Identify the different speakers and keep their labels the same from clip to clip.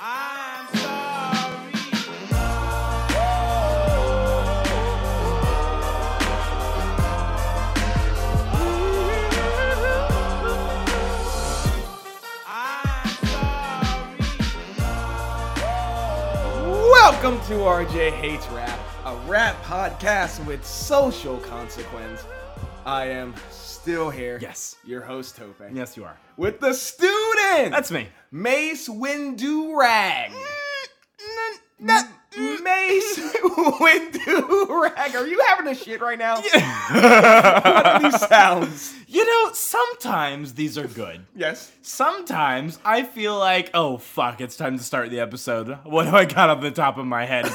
Speaker 1: I'm sorry. Welcome to RJ Hates Rap, a rap podcast with social consequence. I am still here.
Speaker 2: Yes.
Speaker 1: Your host, Tope.
Speaker 2: Yes, you are.
Speaker 1: With the student.
Speaker 2: That's me.
Speaker 1: Mace Windu Rag.
Speaker 2: Mm,
Speaker 1: Mace Windu Rag. Are you having a shit right now? What are these sounds?
Speaker 2: You know, sometimes these are good.
Speaker 1: Yes.
Speaker 2: Sometimes I feel like, oh fuck, it's time to start the episode. What do I got on the top of my head?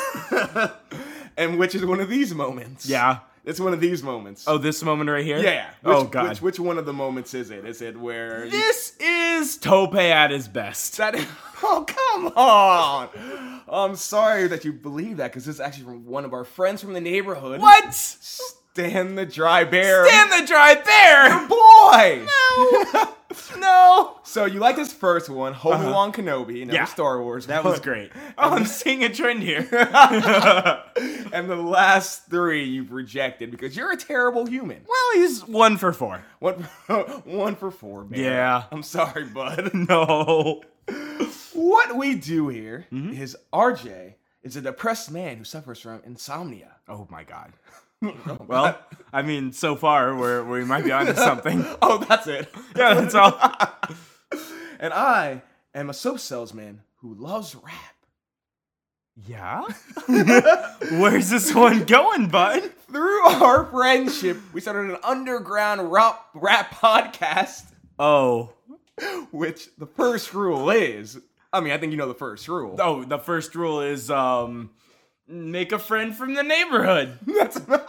Speaker 1: And which is one of these moments?
Speaker 2: yeah.
Speaker 1: It's one of these moments.
Speaker 2: Oh, this moment right here?
Speaker 1: yeah. Which,
Speaker 2: oh god.
Speaker 1: Which, which one of the moments is it? Is it where. you-
Speaker 2: this is Tope at his best.
Speaker 1: that, oh, come on. Oh, I'm sorry that you believe that because this is actually from one of our friends from the neighborhood.
Speaker 2: What?
Speaker 1: Stan the Dry Bear.
Speaker 2: Stand the dry bear!
Speaker 1: Boy!
Speaker 2: No! no!
Speaker 1: So you like this first one, Home Along Kenobi, another
Speaker 2: Uh-huh. Yeah.
Speaker 1: Star Wars.
Speaker 2: That
Speaker 1: one.
Speaker 2: was great. Oh, I'm seeing a trend here.
Speaker 1: And the last three you've rejected because you're a terrible human.
Speaker 2: Well, he's one for four.
Speaker 1: One, one for four, man.
Speaker 2: Yeah.
Speaker 1: I'm sorry, bud.
Speaker 2: No.
Speaker 1: What we do here is
Speaker 2: Mm-hmm.
Speaker 1: RJ is a depressed man who suffers from insomnia.
Speaker 2: Oh my god. well, I mean, so far we're we might be onto something.
Speaker 1: Oh, that's it.
Speaker 2: Yeah, that's all.
Speaker 1: And I am a soap salesman who loves rap.
Speaker 2: Yeah? Where's this one going, bud?
Speaker 1: Through our friendship, we started an underground rap, rap podcast.
Speaker 2: Oh.
Speaker 1: Which the first rule is, I mean, I think you know the first rule.
Speaker 2: Oh, the first rule is um make a friend from the neighborhood.
Speaker 1: That's not,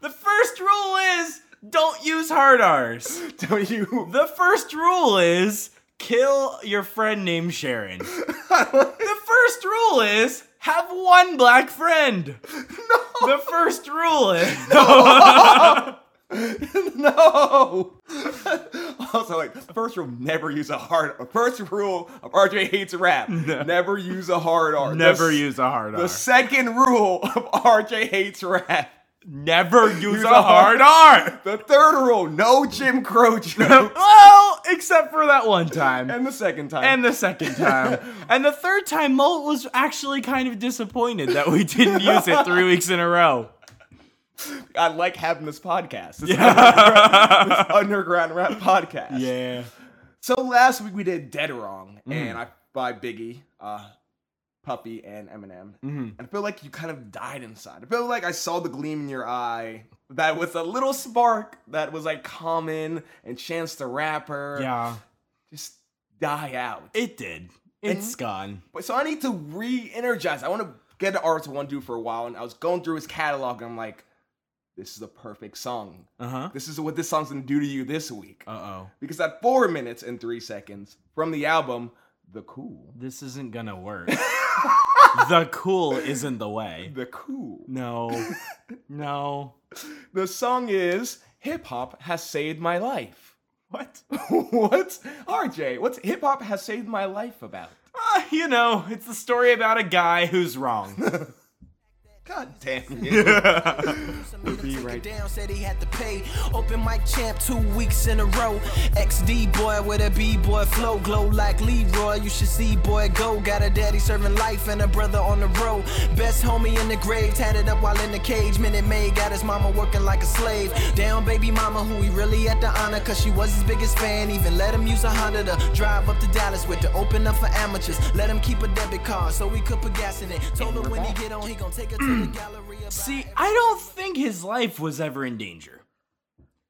Speaker 2: The first rule is don't use hard R's.
Speaker 1: don't you?
Speaker 2: The first rule is kill your friend named Sharon. the first rule is have one black friend. No. The first rule is
Speaker 1: No. also, like the first rule, never use a hard. The first rule of RJ hates rap: never use a hard R. The
Speaker 2: never
Speaker 1: s-
Speaker 2: use a hard
Speaker 1: The
Speaker 2: R.
Speaker 1: second rule of RJ hates rap.
Speaker 2: never use,
Speaker 1: use
Speaker 2: a
Speaker 1: a hard-
Speaker 2: hard R.
Speaker 1: The third rule, no Jim Crow jokes.
Speaker 2: well, except for that one time.
Speaker 1: and the second time,
Speaker 2: And the second time. and the third time, Molt was actually kind of disappointed that we didn't use it three weeks in a row.
Speaker 1: I like having this podcast. This
Speaker 2: yeah.
Speaker 1: underground rap podcast.
Speaker 2: yeah.
Speaker 1: So last week we did Dead Wrong, and I by Biggie, uh, Puppy, and Eminem. And I feel like you kind of died inside. I feel like I saw the gleam in your eye. That was a little spark that was like Common and Chance the Rapper. just die out.
Speaker 2: It did. It's gone.
Speaker 1: But so I need to re-energize. I want to get an artist I want to do for a while, and I was going through his catalog, and I'm like, this is the perfect song.
Speaker 2: Uh huh.
Speaker 1: This is what this song's gonna do to you this week.
Speaker 2: Uh oh.
Speaker 1: Because at four minutes and three seconds from the album, The Cool.
Speaker 2: This isn't gonna work. the cool isn't the way.
Speaker 1: The Cool.
Speaker 2: No. No.
Speaker 1: The song is Hip Hop Has Saved My Life.
Speaker 2: What?
Speaker 1: what's RJ? What's Hip Hop Has Saved My Life about?
Speaker 2: Uh, you know, it's the story about a guy who's wrong.
Speaker 1: God damn it.
Speaker 3: We'll be right down, said he had to pay. Open mic champ two weeks in a row. XD boy with a B boy flow, glow like Leroy. You should see boy go. Got a daddy serving life and a brother on the road. Best homie in the grave, tatted up while in the cage. Minute Maid got his mama working like a slave. Down baby mama, who he really had to honor, cause she was his biggest fan. Even let him use a Honda to drive up to Dallas with to open up for amateurs. Let him keep a debit card so we could put gas in it. Told her when he get on, he gon' take her to the gallery. and buy
Speaker 2: See, I don't think his life was ever in danger.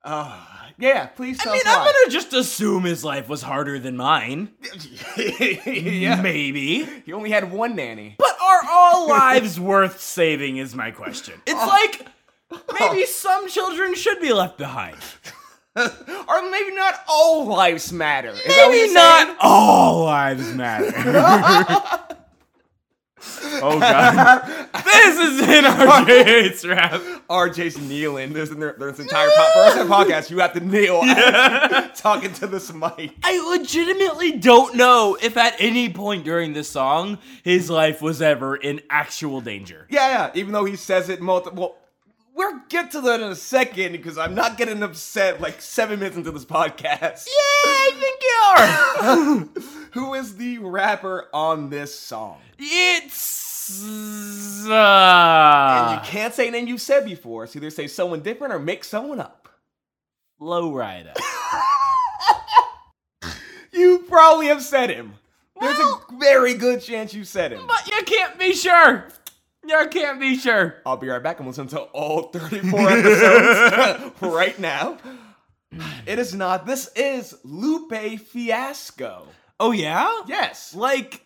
Speaker 1: Ah, yeah, please tell
Speaker 2: I mean,
Speaker 1: us
Speaker 2: I'm
Speaker 1: why.
Speaker 2: gonna just assume his life was harder than mine.
Speaker 1: yeah.
Speaker 2: Maybe.
Speaker 1: He only had one nanny.
Speaker 2: Oh. But are all lives worth saving is my question. It's like Maybe some children should be left behind.
Speaker 1: or maybe not all lives matter. Is that what
Speaker 2: Maybe
Speaker 1: you're
Speaker 2: not
Speaker 1: saying?
Speaker 2: all lives matter. oh god. this is in RJ hates rap.
Speaker 1: RJ's kneeling. There's their, this entire po- for us in the podcast. You have to kneel as you talking to this mic.
Speaker 2: I legitimately don't know if at any point during this song his life was ever in actual danger.
Speaker 1: Yeah, yeah. Even though he says it multiple. We'll get to that in a second because I'm not getting upset like seven minutes into this podcast.
Speaker 2: I think you are.
Speaker 1: Who is the rapper on this song?
Speaker 2: It's uh,
Speaker 1: and you can't say a name you've said before. So either say someone different or make someone up.
Speaker 2: Lowrider.
Speaker 1: You probably have said him. There's a very good chance you said him.
Speaker 2: But you can't be sure. You can't be sure.
Speaker 1: I'll be right back and listen to all 34 episodes right now.
Speaker 2: Mm.
Speaker 1: It is not. This is Lupe Fiasco.
Speaker 2: Oh yeah?
Speaker 1: Yes.
Speaker 2: Like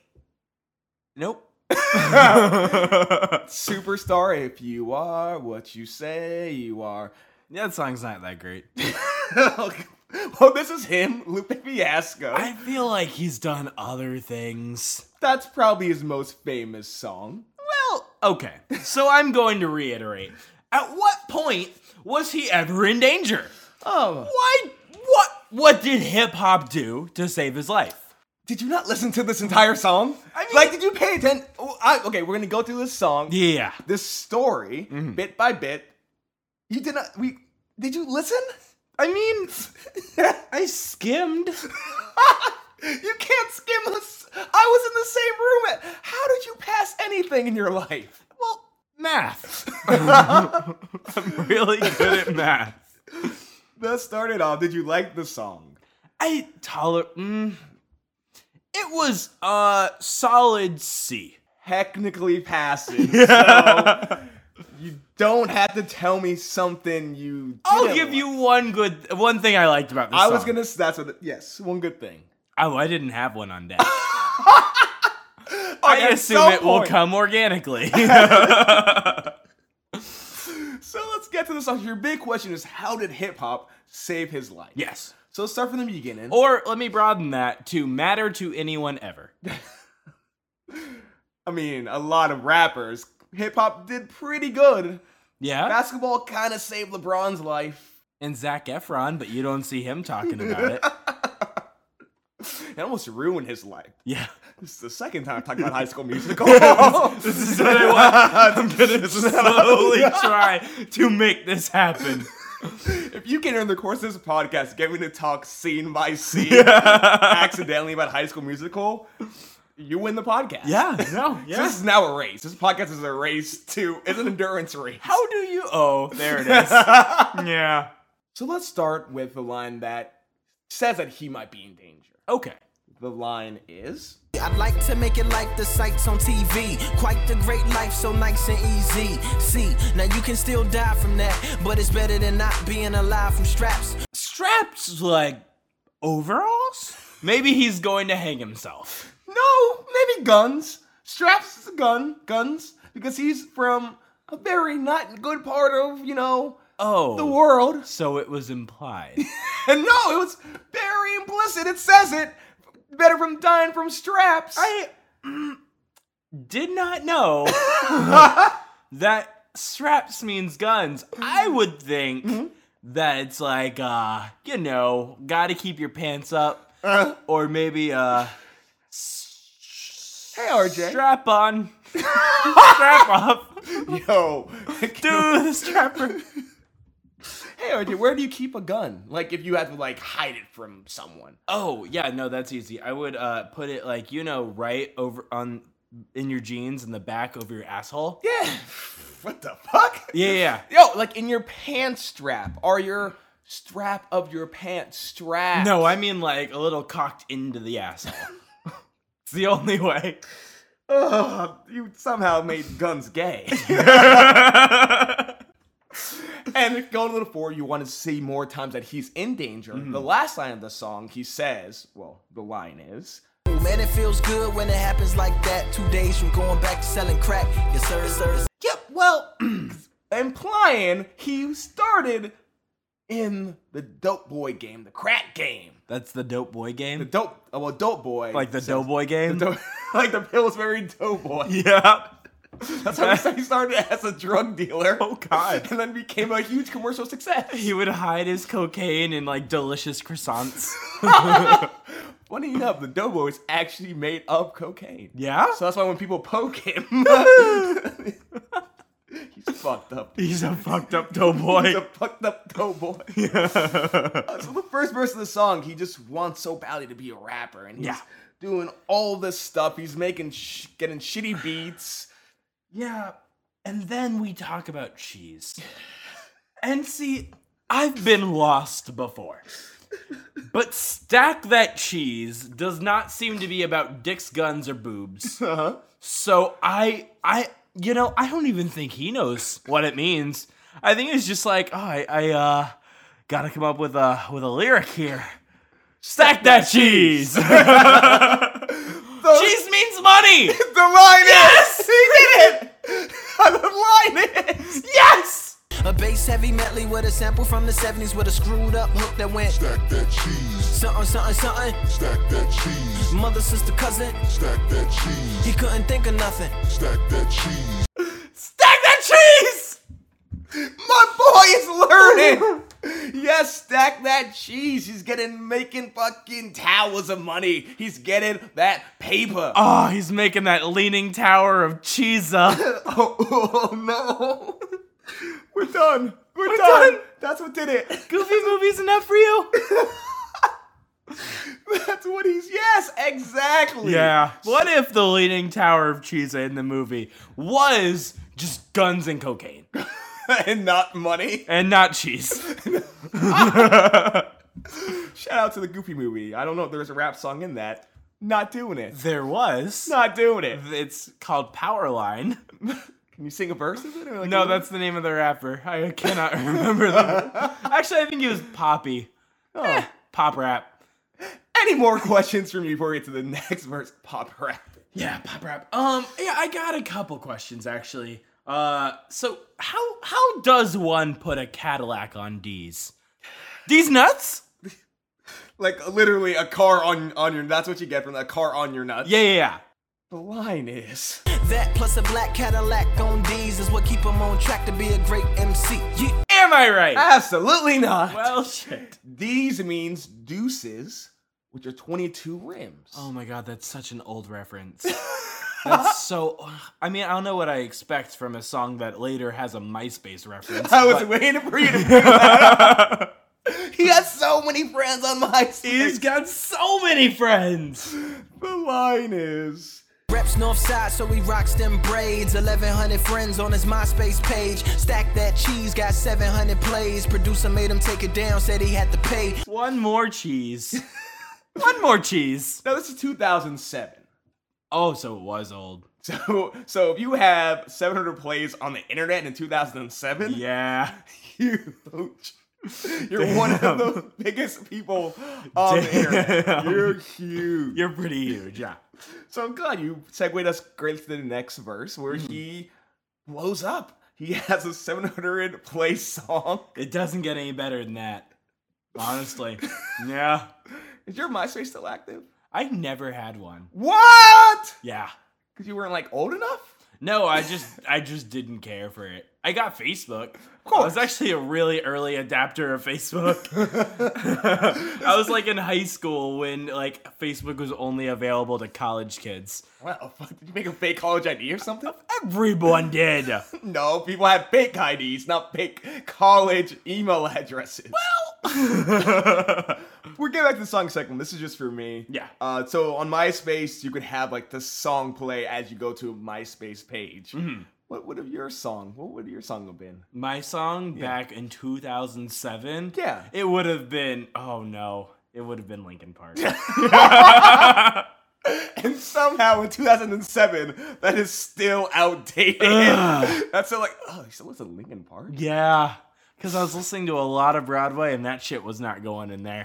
Speaker 2: Nope.
Speaker 1: Superstar, if you are what you say you are.
Speaker 2: That song's not that great.
Speaker 1: well, this is him, Lupe Fiasco.
Speaker 2: I feel like he's done other things.
Speaker 1: That's probably his most famous song.
Speaker 2: Well, okay. So I'm going to reiterate. At what point was he ever in danger?
Speaker 1: Oh.
Speaker 2: Why what what did hip hop do to save his life?
Speaker 1: Did you not listen to this entire song?
Speaker 2: I mean-
Speaker 1: like, did you pay attention? I, okay, we're gonna go through this song,
Speaker 2: Yeah.
Speaker 1: this story,
Speaker 2: Mm-hmm.
Speaker 1: bit by bit. You did not. We did you listen?
Speaker 2: I mean I skimmed.
Speaker 1: you can't skim this. I was in the same room. How did you pass anything in your life?
Speaker 2: Well, math. I'm really good at math.
Speaker 1: That started off. Did you like the song?
Speaker 2: I toler. Mm, it was uh solid C.
Speaker 1: Technically passing. so you don't have to tell me something you.
Speaker 2: I'll
Speaker 1: didn't
Speaker 2: give
Speaker 1: like.
Speaker 2: you one good one thing I liked about this.
Speaker 1: I was
Speaker 2: song.
Speaker 1: gonna. That's what. Yes, one good thing.
Speaker 2: Oh, I didn't have one on deck.
Speaker 1: Like,
Speaker 2: I
Speaker 1: at
Speaker 2: assume
Speaker 1: some
Speaker 2: it will
Speaker 1: point-
Speaker 2: come organically.
Speaker 1: So let's get to the song. Your big question is how did hip hop save his life?
Speaker 2: yes.
Speaker 1: So let's start from the beginning.
Speaker 2: Or let me broaden that to matter to anyone ever.
Speaker 1: I mean, a lot of rappers. Hip hop did pretty good.
Speaker 2: Yeah.
Speaker 1: Basketball kind of saved LeBron's life.
Speaker 2: And Zach Efron, but you don't see him talking about it.
Speaker 1: It almost ruined his life.
Speaker 2: Yeah.
Speaker 1: This is the second time I've talked about High School Musical.
Speaker 2: this is what I want. I'm gonna slowly try to make this happen.
Speaker 1: if you can, in the course of this podcast, get me to talk scene by scene accidentally about High School Musical, you win the podcast.
Speaker 2: Yeah, no, yeah.
Speaker 1: This is now a race. This podcast is a race to, it's an endurance race.
Speaker 2: How do you? Oh, there it is. yeah.
Speaker 1: So let's start with the line that says that he might be in danger.
Speaker 2: Okay.
Speaker 1: The line is
Speaker 3: I'd like to make it like the sights on TV. Quite the great life, so nice and easy. See, now you can still die from that, but it's better than not being alive from straps.
Speaker 2: Straps like overalls. Maybe he's going to hang himself.
Speaker 1: no, maybe guns. Straps is a gun, guns, because he's from a very not good part of, you know,
Speaker 2: Oh,
Speaker 1: the world.
Speaker 2: So it was implied.
Speaker 1: And no, it was very implicit. It says it. Better from dying from straps.
Speaker 2: I mm, did not know that straps means guns. I would think that it's like, uh, you know, gotta keep your pants up, or maybe, uh,
Speaker 1: hey, RJ.
Speaker 2: strap on, strap off,
Speaker 1: Yo.
Speaker 2: do the strapper.
Speaker 1: hey, RJ, where do you keep a gun? Like, if you had to, like, hide it from someone.
Speaker 2: Oh yeah, no, that's easy. I would uh, put it like you know, right over on in your jeans in the back over your asshole.
Speaker 1: Yeah. What the fuck?
Speaker 2: Yeah, yeah.
Speaker 1: Yo, like in your pants strap or your strap of your pants strap.
Speaker 2: No, I mean like a little cocked into the asshole. it's the only way.
Speaker 1: Ugh, you somehow made guns gay. and going a little forward, you want to see more times that he's in danger.
Speaker 2: Mm-hmm.
Speaker 1: The last line of the song, he says, well, the line is,
Speaker 3: Oh, Man, it feels good when it happens like that. Two days from going back to selling crack. Yes, sir, sir.
Speaker 1: yep, well, it implying he started in the dope boy game, the crack game.
Speaker 2: That's the dope boy
Speaker 1: The
Speaker 2: game.
Speaker 1: dope, uh, well, dope boy.
Speaker 2: Like the
Speaker 1: says-
Speaker 2: dope boy game.
Speaker 1: dope- like the Pillsbury dope boy.
Speaker 2: yeah.
Speaker 1: That's how he said he started as a drug dealer.
Speaker 2: Oh, God.
Speaker 1: And then became a huge commercial success.
Speaker 2: He would hide his cocaine in like delicious croissants.
Speaker 1: Funny enough, the dope boys actually made up cocaine.
Speaker 2: Yeah?
Speaker 1: So that's why when people poke him, he's fucked up.
Speaker 2: He's a fucked up
Speaker 1: He's a
Speaker 2: doughboy.
Speaker 1: fucked up dope boy. Uh, so the first verse of the song, he just wants so badly to be a rapper, and he's
Speaker 2: Yeah.
Speaker 1: doing all this stuff. He's making, sh- getting shitty beats.
Speaker 2: yeah. And then we talk about cheese. And see, I've been lost before. But stack that cheese does not seem to be about dicks, guns, or boobs.
Speaker 1: Uh-huh.
Speaker 2: So I I you know, I don't even think he knows what it means. I think it's just like, oh, I, I uh gotta come up with a with a lyric here. Stack that cheese. cheese means money!
Speaker 1: The line
Speaker 2: Yes!
Speaker 1: is, he did it. the line is.
Speaker 2: yes!
Speaker 3: A bass heavy medley with a sample from the 70s with a screwed up hook that went
Speaker 4: Stack that cheese,
Speaker 3: something, something, something.
Speaker 4: stack that cheese,
Speaker 3: Mother, sister, cousin.
Speaker 4: stack that cheese,
Speaker 3: He couldn't think of nothing.
Speaker 4: stack that cheese.
Speaker 2: Stack that cheese!
Speaker 1: My boy is learning. yes, stack that cheese. He's getting making fucking towers of money. He's getting that paper.
Speaker 2: Oh, he's making that leaning tower of cheese up.
Speaker 1: Oh, oh, no. We're done. We're,
Speaker 2: done.
Speaker 1: That's what did it.
Speaker 2: Goofy movie's enough for you?
Speaker 1: That's what he's. Yes, exactly.
Speaker 2: Yeah. What if the leaning tower of cheese in the movie was just guns and cocaine?
Speaker 1: and not money.
Speaker 2: And not cheese.
Speaker 1: Shout out to the Goofy movie. I don't know if there's a rap song in that. Not doing it.
Speaker 2: There was.
Speaker 1: Not doing it.
Speaker 2: It's called Powerline.
Speaker 1: Can you sing a verse of it? Or like
Speaker 2: No,
Speaker 1: a-
Speaker 2: that's the name of the rapper. I cannot remember the Actually, I think it was Poppy. Oh. pop rap.
Speaker 1: Any more questions from you before we get to the next verse? Pop rap.
Speaker 2: Yeah, pop rap. Um, yeah, I got a couple questions actually. Uh, so how how does one put a Cadillac on D's? D's nuts?
Speaker 1: like literally a car on on your that's what you get from a car on your nuts
Speaker 2: Yeah, yeah, yeah.
Speaker 1: the line is
Speaker 3: That plus a black Cadillac on D's is what keep him on track to be a great MC. Yeah.
Speaker 2: Am I
Speaker 1: Ah.
Speaker 2: right?
Speaker 1: absolutely not
Speaker 2: Well, shit.
Speaker 1: these means deuces which are 22 rims
Speaker 2: Oh my god, that's such an old reference. That's so. I mean, I don't know what I expect from a song that later has a MySpace reference.
Speaker 1: i was
Speaker 2: but
Speaker 1: waiting for you to bring that up. he has so many friends on my
Speaker 2: He's
Speaker 1: stage
Speaker 2: got so many friends.
Speaker 1: the line is
Speaker 3: Reps Northside, so he rocks them braids. 1100 friends on his MySpace page. Stack that cheese, got 700 plays. Producer made him take it down, said he had to pay.
Speaker 2: One more cheese. One more cheese.
Speaker 1: now this is 2007
Speaker 2: Oh, so it was old.
Speaker 1: so so if you have 700 plays on the internet in 2007
Speaker 2: Yeah.
Speaker 1: huge. You're one of
Speaker 2: Damn.
Speaker 1: the biggest people on the internet.
Speaker 2: Damn.
Speaker 1: You're huge.
Speaker 2: You're pretty huge. Yeah.
Speaker 1: so I'm glad you segued us great to the next verse where he blows up. He has a 700 play song.
Speaker 2: It doesn't get any better than that. Honestly. Yeah.
Speaker 1: Is your MySpace still active?
Speaker 2: I never had one.
Speaker 1: What?
Speaker 2: Yeah.
Speaker 1: Because you weren't like old enough?
Speaker 2: No, I just I just didn't care for it. I got Facebook. Of
Speaker 1: course.
Speaker 2: I was actually a really early adapter of Facebook. I was like in high school when like Facebook was only available to college kids.
Speaker 1: Wow, fuck. Did you make a fake college ID or something?
Speaker 2: Everyone did. Well,
Speaker 1: No, people had fake IDs, not fake college email addresses. We're getting back to the song segment. This is just for me.
Speaker 2: Yeah.
Speaker 1: Uh, so on MySpace, you could have like the song play as you go to a MySpace page.
Speaker 2: Mm-hmm.
Speaker 1: What would have your song? What would your song have been?
Speaker 2: My song back in 2007.
Speaker 1: Yeah.
Speaker 2: It would have been oh no. It would have been Linkin Park.
Speaker 1: And somehow in 2007, that is still outdated.
Speaker 2: Ugh.
Speaker 1: That's so like, oh, you still listen to Linkin Park?
Speaker 2: yeah. Cause I was listening to a lot of Broadway and that shit was not going in there.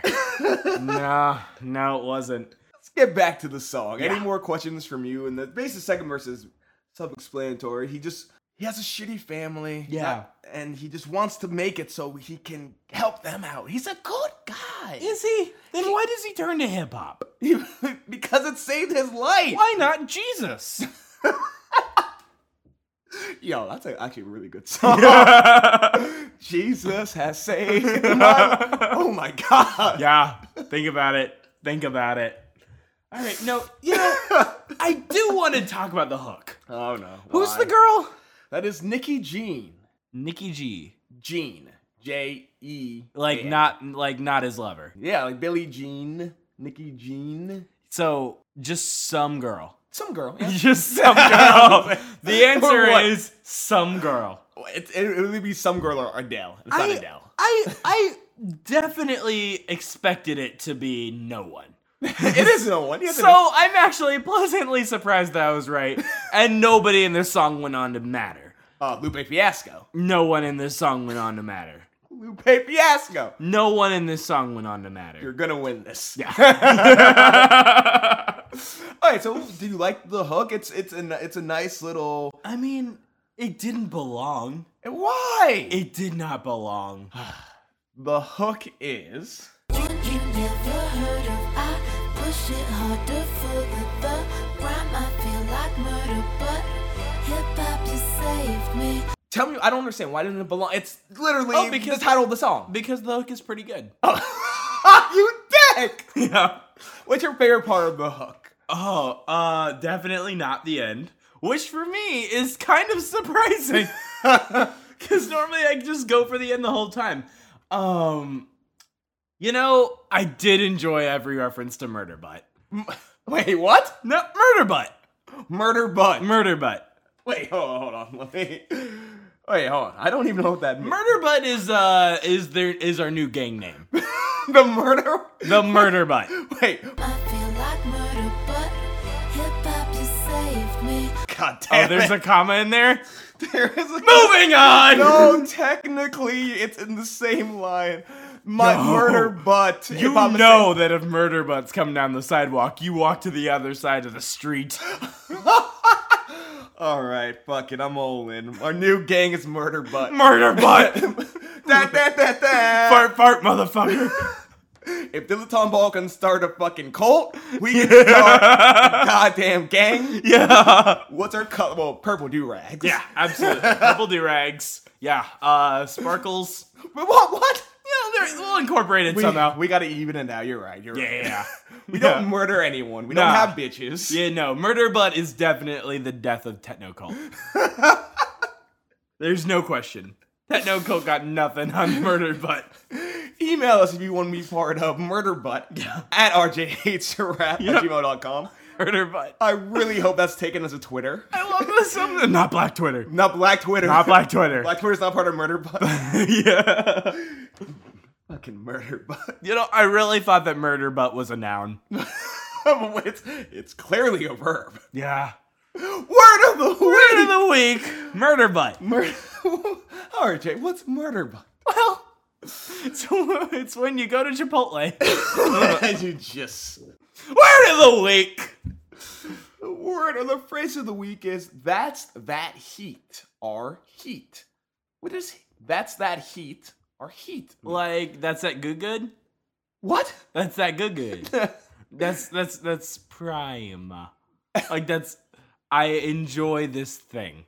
Speaker 2: no, no, it wasn't.
Speaker 1: get back to the song. Any
Speaker 2: Yeah.
Speaker 1: more questions from you? And the basic second verse is self-explanatory. He just he has a shitty family.
Speaker 2: Yeah.
Speaker 1: not- and he just wants to make it so he can help them out. He's a good guy.
Speaker 2: Is he? Then why does he turn to hip hop?
Speaker 1: because it saved his life.
Speaker 2: Why not Jesus?
Speaker 1: Yo, that's a, actually a really good song. Jesus has saved my Oh my god.
Speaker 2: Yeah, think about it. Think about it. All right, no, you know, I do want to talk about the hook.
Speaker 1: Oh no.
Speaker 2: Who's
Speaker 1: Why?
Speaker 2: the girl?
Speaker 1: That is Nikki Jean.
Speaker 2: Nikki G.
Speaker 1: Jean. J E.
Speaker 2: Like
Speaker 1: A N.
Speaker 2: not like not his lover.
Speaker 1: Yeah, like Billie Jean. Nikki Jean.
Speaker 2: So just some girl.
Speaker 1: Some girl. yeah.
Speaker 2: Just some girl. the
Speaker 1: Or
Speaker 2: answer
Speaker 1: what?
Speaker 2: is some girl.
Speaker 1: It, it, it would be some girl or Adele. It's not
Speaker 2: I,
Speaker 1: Adele.
Speaker 2: I I definitely expected it to be no one.
Speaker 1: it is no one. Yes, it is.
Speaker 2: So I'm actually pleasantly surprised that I was right, and nobody in this song went on to matter.
Speaker 1: Uh, Lupe Fiasco.
Speaker 2: No one in this song went on to matter.
Speaker 1: Lupe Fiasco.
Speaker 2: No one in this song went on to
Speaker 1: You're
Speaker 2: matter.
Speaker 1: gonna win this.
Speaker 2: Yeah.
Speaker 1: All right. So, do you like the hook? It's it's a n- it's a nice little.
Speaker 2: I mean, it didn't belong.
Speaker 1: Why?
Speaker 2: It did not belong.
Speaker 1: the hook is.
Speaker 5: One you never heard of. I push it harder for the third rhyme. I feel like murder, but hip hop, you saved me.
Speaker 1: Tell me, I don't understand. Why didn't it belong? It's literally
Speaker 2: Oh, because-
Speaker 1: the title of the song.
Speaker 2: Because the hook is pretty good.
Speaker 1: you dick!
Speaker 2: Yeah.
Speaker 1: What's your favorite part of the hook?
Speaker 2: Oh, uh, definitely not the end. Which for me is kind of surprising. Because normally I just go for the end the whole time. Um, you know, I did enjoy every reference to Murder Butt.
Speaker 1: Wait, what?
Speaker 2: No, Murder Butt.
Speaker 1: Murder butt.
Speaker 2: Murder Butt.
Speaker 1: Wait, hold on, hold on. Let me. Wait, hold on. I don't even know what that means.
Speaker 2: Murder Butt is, uh, is their, is our new gang name.
Speaker 1: the murder.
Speaker 2: The Murder Butt. Oh,
Speaker 1: Wait,
Speaker 5: I feel like murder, but hip hop, you saved me.
Speaker 1: god
Speaker 2: Oh,
Speaker 1: damn
Speaker 2: there's a
Speaker 1: it.
Speaker 2: comma in there.
Speaker 1: there is a
Speaker 2: Moving on.
Speaker 1: No, technically, it's in the same line. My
Speaker 2: No.
Speaker 1: murder butt.
Speaker 2: You
Speaker 1: if I'm a
Speaker 2: know that if murder butts come down the sidewalk, you walk to the other side of the street.
Speaker 1: All right, fuck it, I'm all in. Our new gang is Murder Butt.
Speaker 2: Murder butt.
Speaker 1: da, da, da, da.
Speaker 2: fart fart motherfucker.
Speaker 1: If Dilettante Ball can start a fucking cult, we can start a goddamn gang.
Speaker 2: yeah.
Speaker 1: What's our color? Well, purple do rags.
Speaker 2: Yeah, absolutely. Purple do rags. Yeah. Uh sparkles.
Speaker 1: But what? What?
Speaker 2: You know, they're we'll incorporate it
Speaker 1: We,
Speaker 2: somehow.
Speaker 1: we gotta even it out. You're right. You're
Speaker 2: yeah,
Speaker 1: right.
Speaker 2: yeah.
Speaker 1: We
Speaker 2: yeah.
Speaker 1: don't murder anyone. We
Speaker 2: Nah.
Speaker 1: don't have bitches.
Speaker 2: Yeah, no. Murder butt is definitely the death of techno cult. There's no question. Techno cult got nothing on murder butt.
Speaker 1: Email us if you want to be part of Murder Butt at rjhatesrap
Speaker 2: Yep.
Speaker 1: at gmail.com.
Speaker 2: Murder butt.
Speaker 1: I really hope that's taken as a Twitter.
Speaker 2: I love this. song. Not black Twitter.
Speaker 1: Not Black Twitter.
Speaker 2: Not black Twitter.
Speaker 1: Black Twitter's not part of Murder Butt.
Speaker 2: yeah.
Speaker 1: Fucking Murder Butt.
Speaker 2: You know, I really thought that murder butt was a noun.
Speaker 1: it's, it's clearly a verb.
Speaker 2: Yeah.
Speaker 1: Word of the week.
Speaker 2: Word of the week, murder butt.
Speaker 1: Murder. All right, Jay. What's murder butt?
Speaker 2: Well, it's, it's when you go to Chipotle.
Speaker 1: and you just.
Speaker 2: Word of the week.
Speaker 1: The word or the phrase of the week is that's that heat. Our heat. What is that's that heat? Our heat.
Speaker 2: Like that's that good good.
Speaker 1: What?
Speaker 2: That's that good good. That's that's that's prime. Like that's I enjoy this thing.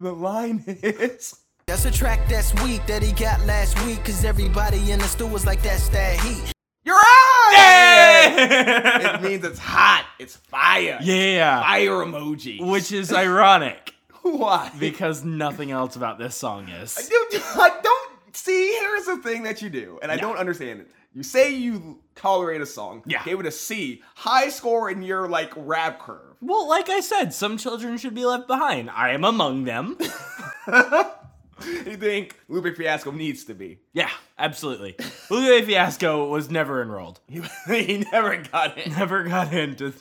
Speaker 1: the line is.
Speaker 3: That's a track that's weak that he got last week. Cause everybody in the store was like, that's that heat.
Speaker 1: You're right.
Speaker 2: Yeah.
Speaker 1: It means it's hot. It's fire.
Speaker 2: yeah.
Speaker 1: Fire emoji.
Speaker 2: Which is ironic
Speaker 1: Why?
Speaker 2: because nothing else about this song is.
Speaker 1: Dude, I don't see. Here's the thing that you do, and I don't understand it. You say you tolerate a song,
Speaker 2: Yeah.
Speaker 1: gave it a C, high score in your like rap curve.
Speaker 2: Well, like I said, some children should be left behind. I am among them.
Speaker 1: You think Lupe Fiasco needs to be?
Speaker 2: yeah, absolutely. Lupe Fiasco was never enrolled.
Speaker 1: He, he never got it.
Speaker 2: Never got into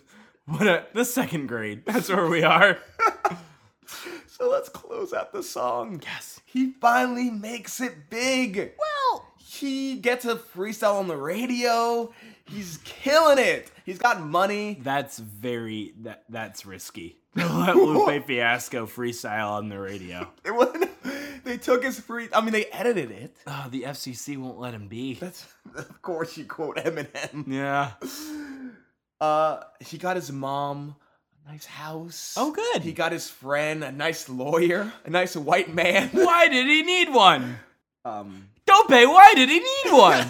Speaker 2: what a, the second grade. That's where we are.
Speaker 1: So let's close out the song.
Speaker 2: Yes.
Speaker 1: He finally makes it big.
Speaker 2: Well,
Speaker 1: He gets a freestyle on the radio. He's killing it. He's got money.
Speaker 2: that's very that that's risky. Let Lupe Fiasco freestyle on the radio.
Speaker 1: It wasn't. They took his free. I mean, they edited it.
Speaker 2: Oh, the FCC won't let him be.
Speaker 1: That's of course you quote Eminem.
Speaker 2: Yeah.
Speaker 1: Uh, he got his mom a nice house.
Speaker 2: Oh, good.
Speaker 1: He got his friend a nice lawyer, a nice white man.
Speaker 2: Why did he need one?
Speaker 1: Um,
Speaker 2: Dope, why did he need one?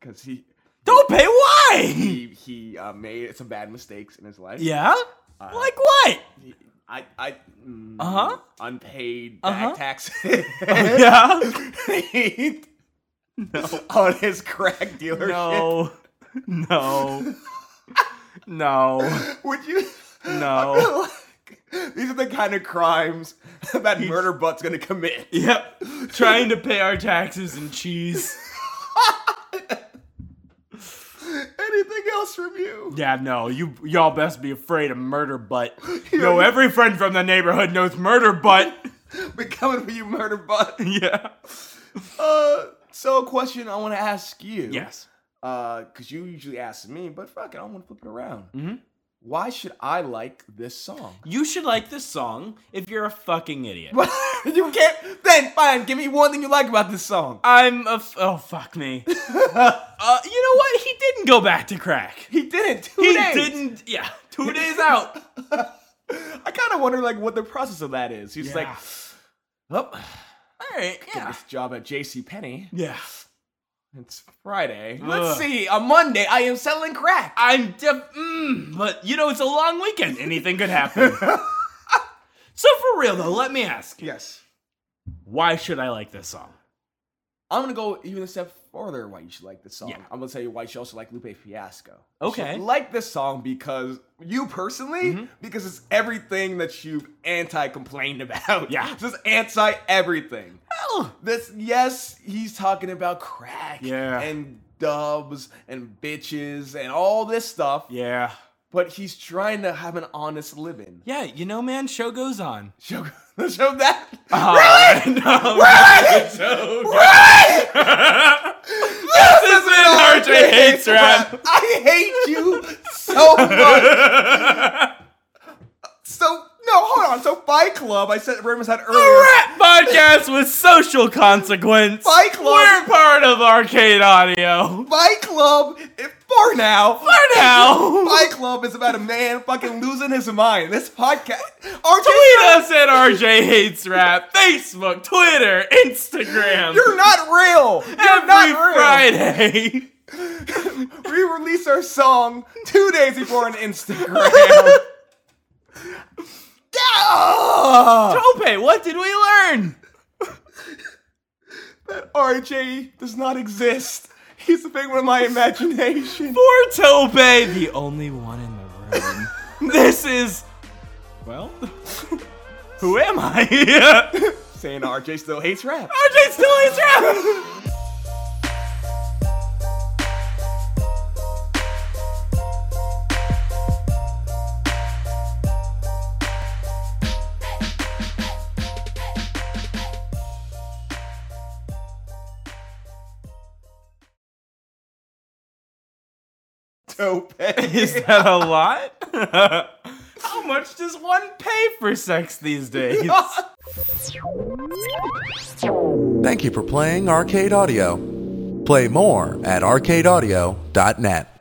Speaker 1: because he
Speaker 2: Dope, why?
Speaker 1: he he uh, made some bad mistakes in his life.
Speaker 2: Yeah? Like what?
Speaker 1: He- I I mm,
Speaker 2: Uh, Uh-huh.
Speaker 1: unpaid back
Speaker 2: Uh-huh. Oh,
Speaker 1: taxes.
Speaker 2: Yeah?
Speaker 1: on his crack dealership.
Speaker 2: No. No. No.
Speaker 1: Would you?
Speaker 2: No.
Speaker 1: These are the kind of crimes that murder butt's gonna commit.
Speaker 2: Yep. Trying to pay our taxes in cheese.
Speaker 1: Anything else from you?
Speaker 2: Yeah, no, you y'all best be afraid of murder butt. Yo, every friend from the neighborhood knows murder butt.
Speaker 1: We're coming for you, murder butt.
Speaker 2: yeah.
Speaker 1: Uh, so a question I want to ask you.
Speaker 2: Yes.
Speaker 1: Uh, cause you usually ask me, but fuck it, I want to flip it around. Mm-hmm. Why should I like this song?
Speaker 2: You should like this song if you're a fucking idiot.
Speaker 1: you can't. Then fine, give me one thing you like about this song.
Speaker 2: I'm a f- oh fuck me. uh, you know what? He didn't go back to crack.
Speaker 1: He didn't. Two
Speaker 2: He
Speaker 1: days.
Speaker 2: didn't. Yeah, two days out.
Speaker 1: I kind of wonder like what the process of that is. He's just like,
Speaker 2: Yeah.
Speaker 1: well,
Speaker 2: All right.
Speaker 1: get
Speaker 2: Yeah.
Speaker 1: this job at J.C. Penney.
Speaker 2: Yeah.
Speaker 1: It's Friday. Let's
Speaker 2: Ugh.
Speaker 1: see. On Monday, I am selling crack.
Speaker 2: I'm def- mm, but you know it's a long weekend. Anything could happen. so for real though, let me ask.
Speaker 1: Yes.
Speaker 2: Why should I like this song?
Speaker 1: I'm gonna go even a step further. Why you should like this song?
Speaker 2: Yeah.
Speaker 1: I'm gonna tell you why you should also like Lupe Fiasco. You should
Speaker 2: Okay. Mm-hmm.
Speaker 1: like this song because you personally, because it's everything that you've anti-complained about.
Speaker 2: Yeah.
Speaker 1: It's just anti everything.
Speaker 2: Well,
Speaker 1: This yes, he's talking about crack.
Speaker 2: Yeah.
Speaker 1: And dubs and bitches and all this stuff.
Speaker 2: yeah.
Speaker 1: But he's trying to have an honest living.
Speaker 2: Yeah, you know, man, show goes on.
Speaker 1: Show, show that.
Speaker 2: Oh, no.
Speaker 1: Really?
Speaker 2: Show goes-
Speaker 1: Right?
Speaker 2: this isn't RJ hates rap.
Speaker 1: I hate you so much. So no, hold on. So Fight Club, I said Raymond said earlier.
Speaker 2: Rap podcast with social consequence.
Speaker 1: Fight Club.
Speaker 2: We're part of Arcade Audio.
Speaker 1: Fight Club, if- for now.
Speaker 2: For now.
Speaker 1: Fight Club is about a man fucking losing his mind. This podcast, RJ,
Speaker 2: Tweet us at RJ Hates Rap, Facebook, Twitter, Instagram.
Speaker 1: you're not real. You're
Speaker 2: Every
Speaker 1: not real.
Speaker 2: Friday.
Speaker 1: We release our song two days before on Instagram. Yeah!
Speaker 2: Tope, what did we learn?
Speaker 1: that RJ does not exist. He's the figment of my imagination.
Speaker 2: Poor Tope, the only one in the room. this is. Well. Who am I? RJ
Speaker 1: Saying RJ still hates rap.
Speaker 2: still is rap!
Speaker 1: Dope.
Speaker 2: Is that a lot? How much does one pay for sex these days?
Speaker 6: Thank you for playing Arcade Audio. Play more at arcadeaudio.net.